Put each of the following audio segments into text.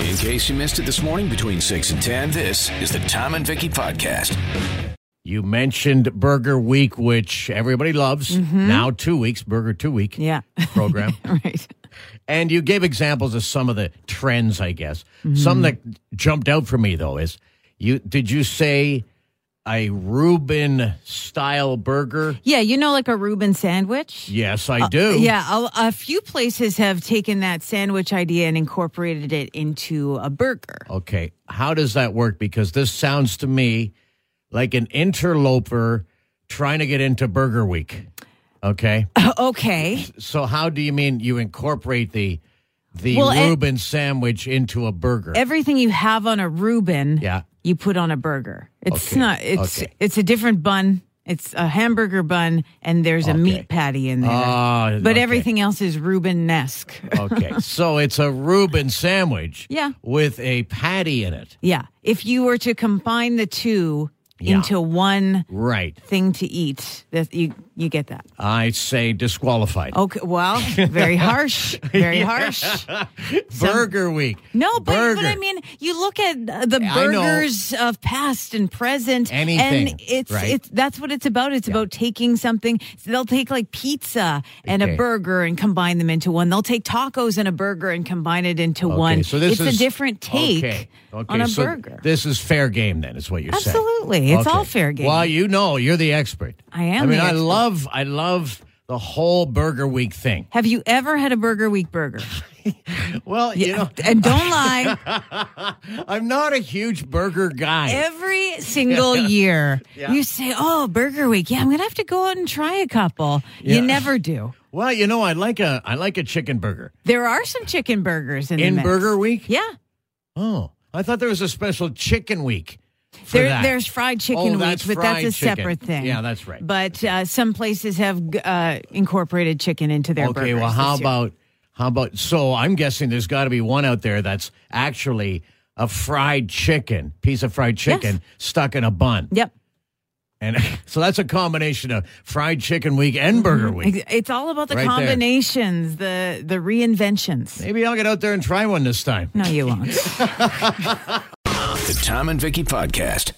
In case you missed it this morning between 6 and 10, this is the Tom and Vicky Podcast. You mentioned Burger Week, which everybody loves. Now two weeks, Burger Two Week Yeah. program. right. and you gave examples of some of the trends, I guess. Some that jumped out for me though is you did you say a Reuben style burger? Yeah, you know, like a Reuben sandwich. Yes, I do. Yeah, a, a few places have taken that sandwich idea and incorporated it into a burger. Okay. How does that work? Because this sounds to me like an interloper trying to get into Burger Week. Okay. okay. so how do you mean you incorporate the the Well, and- Reuben sandwich into a burger? Everything you have on a Reuben, Yeah. you put on a burger. It's Okay, not it's okay. it's a different bun. It's a hamburger bun and there's a Okay. meat patty in there. Ah, but okay. everything else is Reuben-esque. okay. So it's a Reuben sandwich Yeah. with a patty in it. yeah. If you were to combine the two into one Right. thing to eat, that you you get that. I say disqualified. Okay, well, very harsh, very harsh. burger week. No, but, burger. but I mean, you look at uh, the I know. burgers of past and present, Anything, and it's right? it's that's what it's about. It's about taking something. So they'll take like pizza and Okay. a burger and combine them into one. They'll take tacos and a burger and combine it into Okay, one. So this it's is a different take okay, okay, on a so burger. This is fair game, then, is what you're saying. Absolutely. It's all fair game. Well, you know, you're the expert. I am I mean, the I expert. love, I love the whole Burger Week thing. Have you ever had a Burger Week burger? Well, you know, and don't lie. I'm not a huge burger guy. every single year you say oh burger week yeah i'm gonna have to go out and try a couple Yeah. you never do well, you know, I like a, I like a chicken burger there are some chicken burgers in, the in mix. Burger Week. yeah Oh, I thought there was a special chicken week. For there, that. there's fried chicken Oh, week that's but fried that's a chicken. separate thing Yeah, that's right. but uh, some places have uh, incorporated chicken into their okay. burgers Well, how this year. about how about? So I'm guessing there's got to be one out there that's actually a fried chicken piece of fried chicken stuck in a bun, yep and so that's a combination of fried chicken week and burger week. Mm-hmm. Ex- it's all about the Right there. combinations the the reinventions Maybe I'll get out there and try one this time. no you won't The Tom and Vicky Podcast.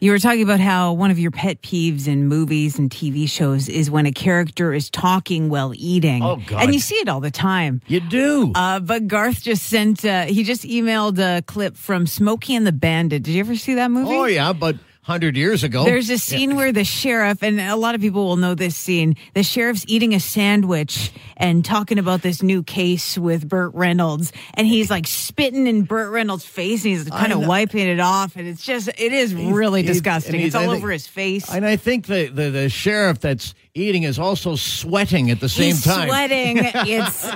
You were talking about how one of your pet peeves in movies and TV shows is when a character is talking while eating. Oh, God. And you see it all the time. You do. Uh, but Garth just sent, uh, he just emailed a clip from Smokey and the Bandit. Did you ever see that movie? oh yeah, but hundred years ago, There's a scene where the sheriff, and a lot of people will know this scene, the sheriff's eating a sandwich and talking about this new case with Burt Reynolds. And he's like spitting in Burt Reynolds' face and he's kind of wiping it off. And it's just, it is really It- disgusting. and It's all and- over his face. And I think the, the, the sheriff that's eating is also sweating at the same he's time. sweating. it's,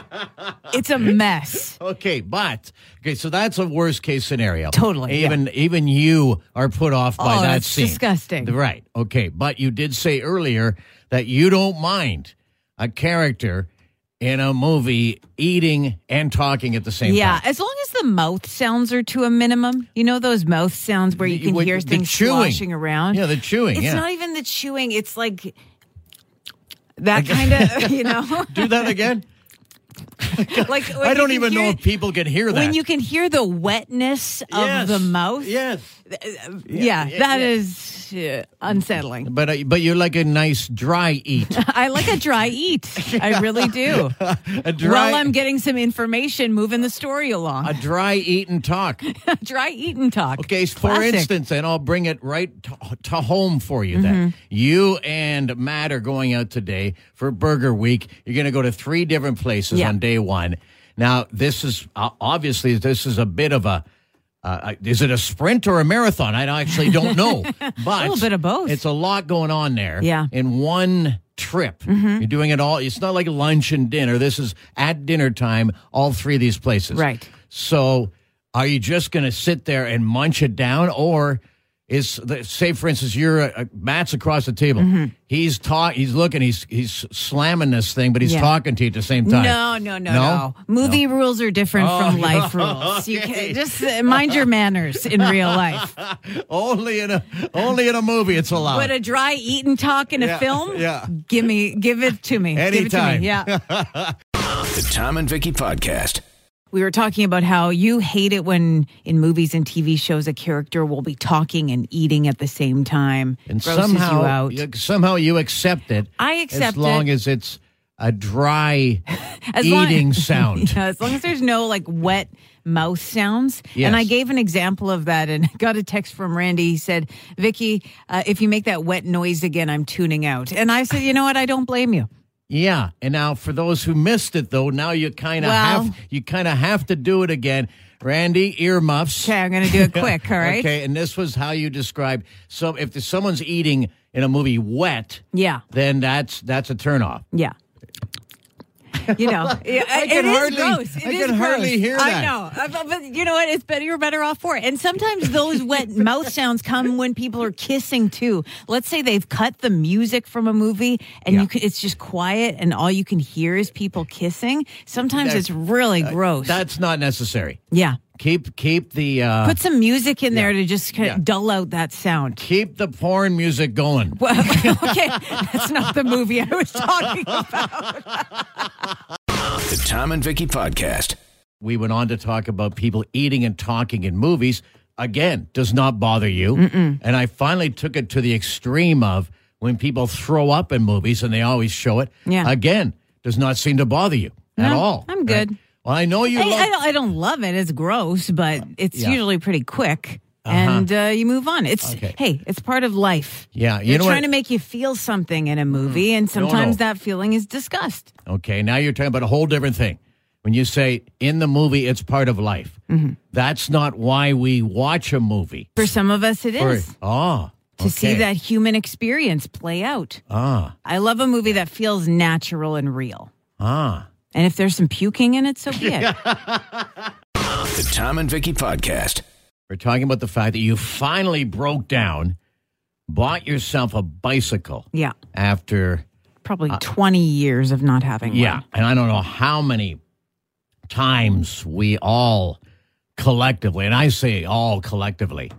it's a mess. Okay, but okay, so that's a worst case scenario. Totally, yeah. Even even you are put off by Oh, that that's scene. disgusting. Right. Okay, but you did say earlier that you don't mind a character in a movie eating and talking at the same Yeah, time. as long as the mouth sounds are to a minimum. You know those mouth sounds where you The- can what- hear the things chewing. sloshing around. Yeah, the chewing, It's yeah. not even the chewing. It's like that kind of you know, Do that again? like when I you don't can even hear- know if people can hear that. When you can hear the wetness of Yes, the mouth, Yes. yeah, yeah, that yeah. is uh, unsettling. But uh, but you're like a nice dry eat. I like a dry eat. I really do. A dry While I'm getting some information, moving the story along, a dry eat and talk. dry eat and talk. Okay, for Classic. instance, and I'll bring it right to, to home for you Mm-hmm. then. You and Matt are going out today for Burger Week. You're going to go to three different places Yeah. on day one. Now, this is uh, obviously this is a bit of a. Uh, is it a sprint or a marathon? I actually don't know, but a little bit of both. It's a lot going on there. Yeah. Mm-hmm. in one trip, you're doing it all. It's not like lunch and dinner. This is at dinner time. All three of these places, Right. so, are you just going to sit there and munch it down, or is the, say, for instance, you're uh, uh, Matt's across the table. Mm-hmm. He's talk. He's looking. He's he's slamming this thing, but he's Yeah. talking to you at the same time. No, no, no, no. Oh. Movie rules are different from life rules. You can, just uh, mind your manners in real life. Only in a only in a movie it's allowed. But a dry eat and talk in a Yeah, film, yeah. give me, give it to me. Give it to Anytime. me. Yeah. The Tom and Vicky Podcast. we were talking about how you hate it when in movies and TV shows a character will be talking and eating at the same time. and Grosses somehow you out. you- somehow you accept it. I as accept long it. as it's a dry As long- eating sound. Yeah, as long as there's no like wet mouth sounds. Yes. And I gave an example of that and got a text from Randy. He said, Vicky, uh, if you make that wet noise again, I'm tuning out. And I said, you know what? I don't blame you. Yeah, and now for those who missed it though, now you kind of Well- have you kind of have to do it again. Randy earmuffs. Okay, I'm going to do it quick. All right. Okay, and this was how you describe so if there's someone's eating in a movie wet, Yeah. then that's that's a turnoff. Yeah. You know, yeah, I can it is hardly- gross. It I is can hardly gross. hear I that. know, Uh, but, but you know what? It's better. You're better off for it. And sometimes those wet mouth sounds come when people are kissing too. Let's say they've cut the music from a movie, and Yeah. you can, it's just quiet, and all you can hear is people kissing. Sometimes That- it's really gross. That's not necessary. yeah, Keep keep the uh put some music in there to just kind of Yeah. dull out that sound. keep the porn music going. Well, okay, that's not the movie I was talking about. The Tom and Vicky Podcast. We went on to talk about people eating and talking in movies. Again, does not bother you. And I finally took it to the extreme of when people throw up in movies and they always show it. Yeah. Again, does not seem to bother you at No, all. I'm good. Well, I know you I, love- I, don't, I don't love it. It's gross, but it's yeah. Uh-huh. usually pretty quick. And uh, you move on. It's Okay. hey, it's part of life. Yeah, you you're know trying what- Mm-hmm. to make you feel something in a movie, and no. sometimes that feeling is disgust. Okay, now you're talking about a whole different thing. When you say in the movie, it's part of life. Mm-hmm. That's not why we watch a movie. For some of us, it is Oh, to see that human experience play out. Ah, I love a movie that feels natural and real. ah. And if there's some puking in it, so be it. The Tom and Vicky Podcast. We're talking about the fact that you finally broke down, bought yourself a bicycle. Yeah. After Probably 20 years of not having Uh, yeah, one. and I don't know how many times we all collectively, and I say all collectively,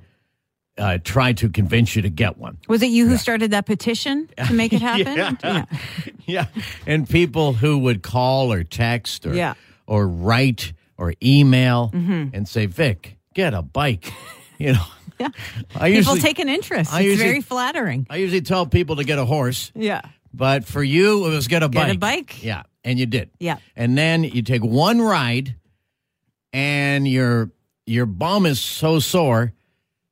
uh, tried to convince you to get one. Was it you who started that petition to make it happen? Yeah. yeah. And people who would call or text or Yeah. Mm-hmm. or write or email and say, Vic, get a bike. You know. I People usually take an interest. I it's usually- very flattering. I usually tell people to get a horse, Yeah. but for you it was get a Get bike. a bike. Yeah. And you did. Yeah. And then you take one ride and your your bum is so sore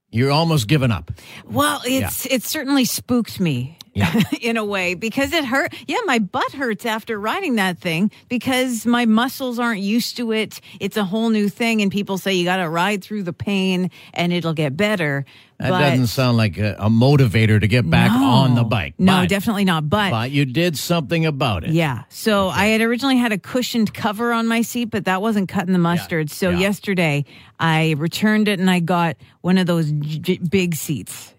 you're almost giving up. Well, it's it certainly spooked me. in a way because it hurt yeah my butt hurts after riding that thing because my muscles aren't used to it it's a whole new thing and people say you got to ride through the pain and it'll get better That doesn't sound like a, a motivator to get back on the bike. Oh. no But- definitely not but But you did something about it. Yeah. So I had originally had a cushioned cover on my seat, but that wasn't cutting the mustard. So Yeah. yesterday I returned it and I got one of those j- big seats.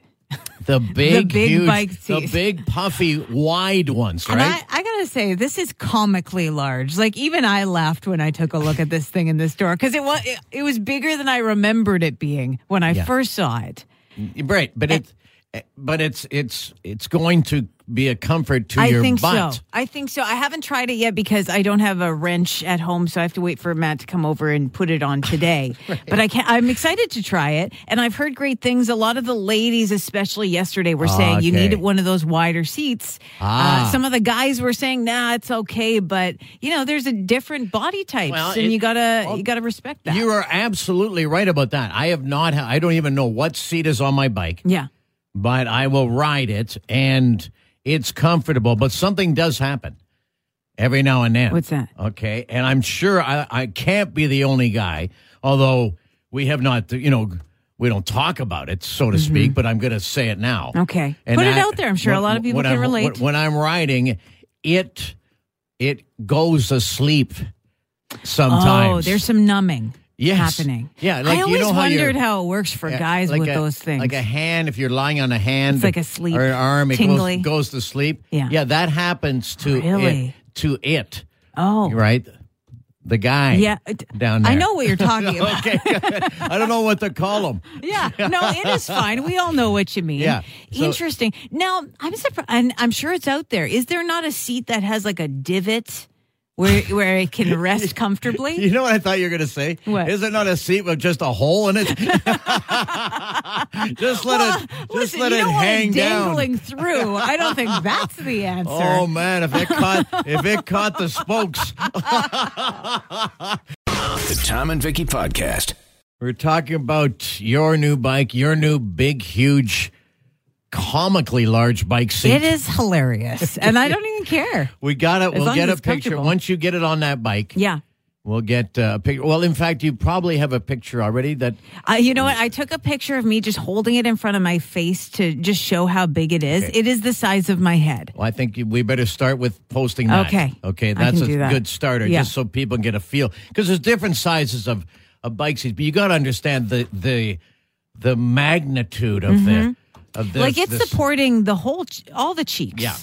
The big, big huge, bike the seat. big puffy wide ones, And right? I, I got to say, this is comically large. Like even I laughed when I took a look at this thing in the store because it was, it, it was bigger than I remembered it being when I first saw it. right, but it, but it's it's it's going to be a comfort to I your think butt. so. I think so. I haven't tried it yet because I don't have a wrench at home, so I have to wait for Matt to come over and put it on today. But I can I'm excited to try it, and I've heard great things. A lot of the ladies, especially yesterday, were saying you Okay. need one of those wider seats. Ah. Uh, some of the guys were saying, "Nah, it's okay," but you know, there's a different body types, Well, and it- you gotta well, you gotta respect that. You are absolutely right about that. I have not. ha- I don't even know what seat is on my bike, yeah, but I will ride it, and it's comfortable. But something does happen every now and then. What's that? Okay, and I'm sure I, I can't be the only guy, although we have not. You know, we don't talk about it, so to speak. But I'm going to say it now. Mm-hmm. Okay. Put it out there. I'm sure a lot of people when can I'm- relate. When I'm riding, it it goes asleep sometimes. Oh, there's some numbing. Yes. happening. Yeah, like, I you always know how you're- wondered how it works for Yeah, guys like with a- those things. Like a hand, if you're lying on a hand, It's like a sleep, or an arm, it tingly. goes, goes to sleep. Yeah. yeah, that happens to Really? it, to it, oh, right? The guy, Yeah, it- down there. I know what you're talking about. Okay, good. I don't know what to call him. Yeah, no, it is fine. We all know what you mean. Yeah, so- Interesting. Now, I'm surprised, and I'm sure it's out there. Is there not a seat that has like a divot where where it can rest comfortably. You know what I thought you were going to say? What? Is it not a seat with just a hole in it? just let Well, it just listen, let you it don't want hang it down. dangling through. I don't think that's the answer. Oh man, if it caught if it caught the spokes. The Tom and Vicky Podcast. We're talking about your new bike, your new big huge comically large bike seat. It is hilarious, and I don't even care. We got it. As We'll long get as a it's picture comfortable. once you get it on that bike. Yeah. We'll get uh, a picture. Well, in fact, you probably have a picture already that Uh, you know what? I took a picture of me just holding it in front of my face to just show how big it is. It is the size of my head. Well, I think you- we better start with posting that. Okay. Okay, I that's can a do that. good starter, Yeah. just so people can get a feel. Because there's different sizes of, of bike seats, but you got to understand the the the magnitude of the of this. Mm-hmm. like it's this- supporting the whole, ch- all the cheeks. Yeah.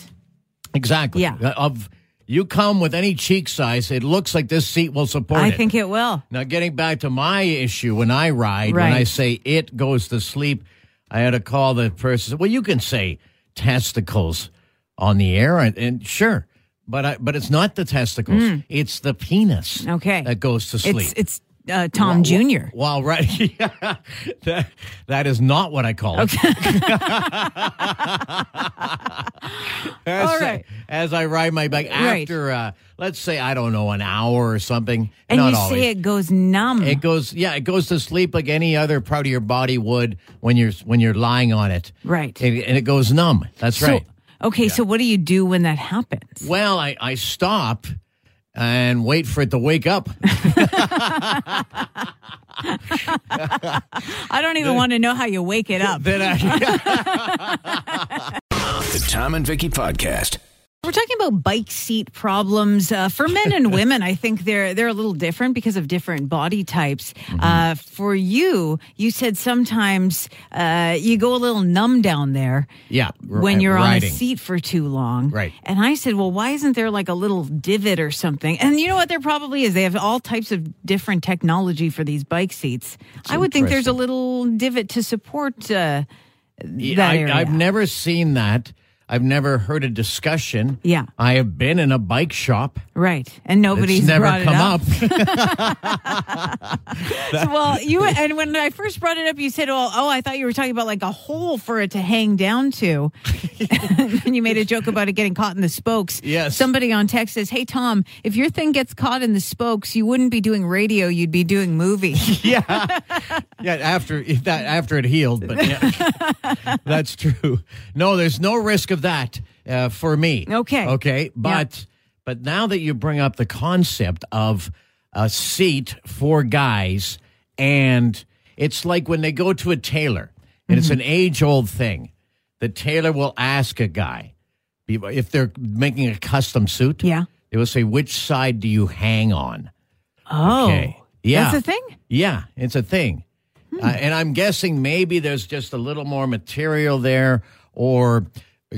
exactly. Yeah. Uh, Of you come with any cheek size, it looks like this seat will support I it. think it will. Now, getting back to my issue, when I ride, when I Right. say it goes to sleep, I had to call the person. Well, you can say testicles on the air, and, and sure, but I, but it's not the testicles; it's the penis. Hmm. Okay. that goes to sleep. It's it's uh, Tom Jr. Well, right, yeah, that, that is not what I call it. as, All right. as I ride my bike Right. after, uh, let's say I don't know, an hour or something. And not you always. say it goes numb. It goes, yeah, it goes to sleep like any other part of your body would when you're when you're lying on it, Right. And, and it goes numb. That's so, right. Okay, so what do you do when that happens? Well, I I stop and wait for it to wake up. I don't even want to know how you wake it up. then I, The Tom and Vicky Podcast. We're talking about bike seat problems uh, for men and women. I think they're they're a little different because of different body types. Mm-hmm. Uh, for you, you said sometimes uh, you go a little numb down there. yeah, When you're riding. on a seat for too long. Right. And I said, well, why isn't there like a little divot or something? And you know what? There probably is. They have all types of different technology for these bike seats. I would think there's a little divot to support uh, Yeah, that I, area. I've never seen that. I've never heard a discussion. Yeah. I have been in a bike shop. right. And nobody's it's never brought come it up. up. well, you and when I first brought it up, you said, "Well, oh, I thought you were talking about like a hole for it to hang down to," and you made a joke about it getting caught in the spokes. Yes. Somebody on text says, "Hey Tom, if your thing gets caught in the spokes, you wouldn't be doing radio; you'd be doing movie." Yeah, after that, after it healed, but yeah, that's true. No, there's no risk of that uh, for me. Okay. okay, but but now that you bring up the concept of a seat for guys, and it's like when they go to a tailor, and it's Mm-hmm. an age old thing. The tailor will ask a guy if they're making a custom suit. Yeah. they will say, "Which side do you hang on?" oh, Okay. Yeah. that's a thing. Yeah, it's a thing. Uh, and I'm guessing maybe there's just a little more material there, or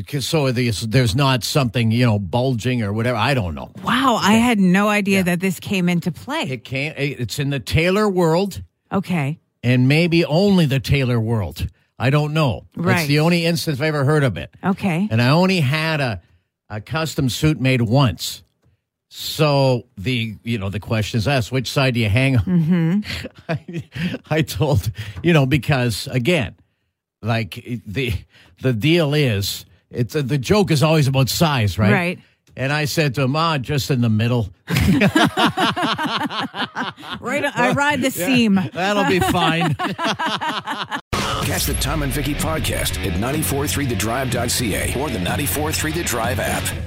'cause so there's, there's not something, you know, bulging or whatever. I don't know. Wow, I had no idea that this came into play. It can't, it- it's in the Taylor world Okay, and maybe only the Taylor world. I don't know. It's Right. the only instance I've ever heard of it. okay, And I only had a, a custom suit made once. So the you know the question is asked: Which side do you hang on? I, I told you know because again, like it- the the deal is it's uh, the joke is always about size, right? Right. And I said to him, "Ah, just in the middle. right. I ride the seam. That'll be fine." Catch the Tom and Vicky Podcast at 943thedrive.ca or the 943 The Drive app.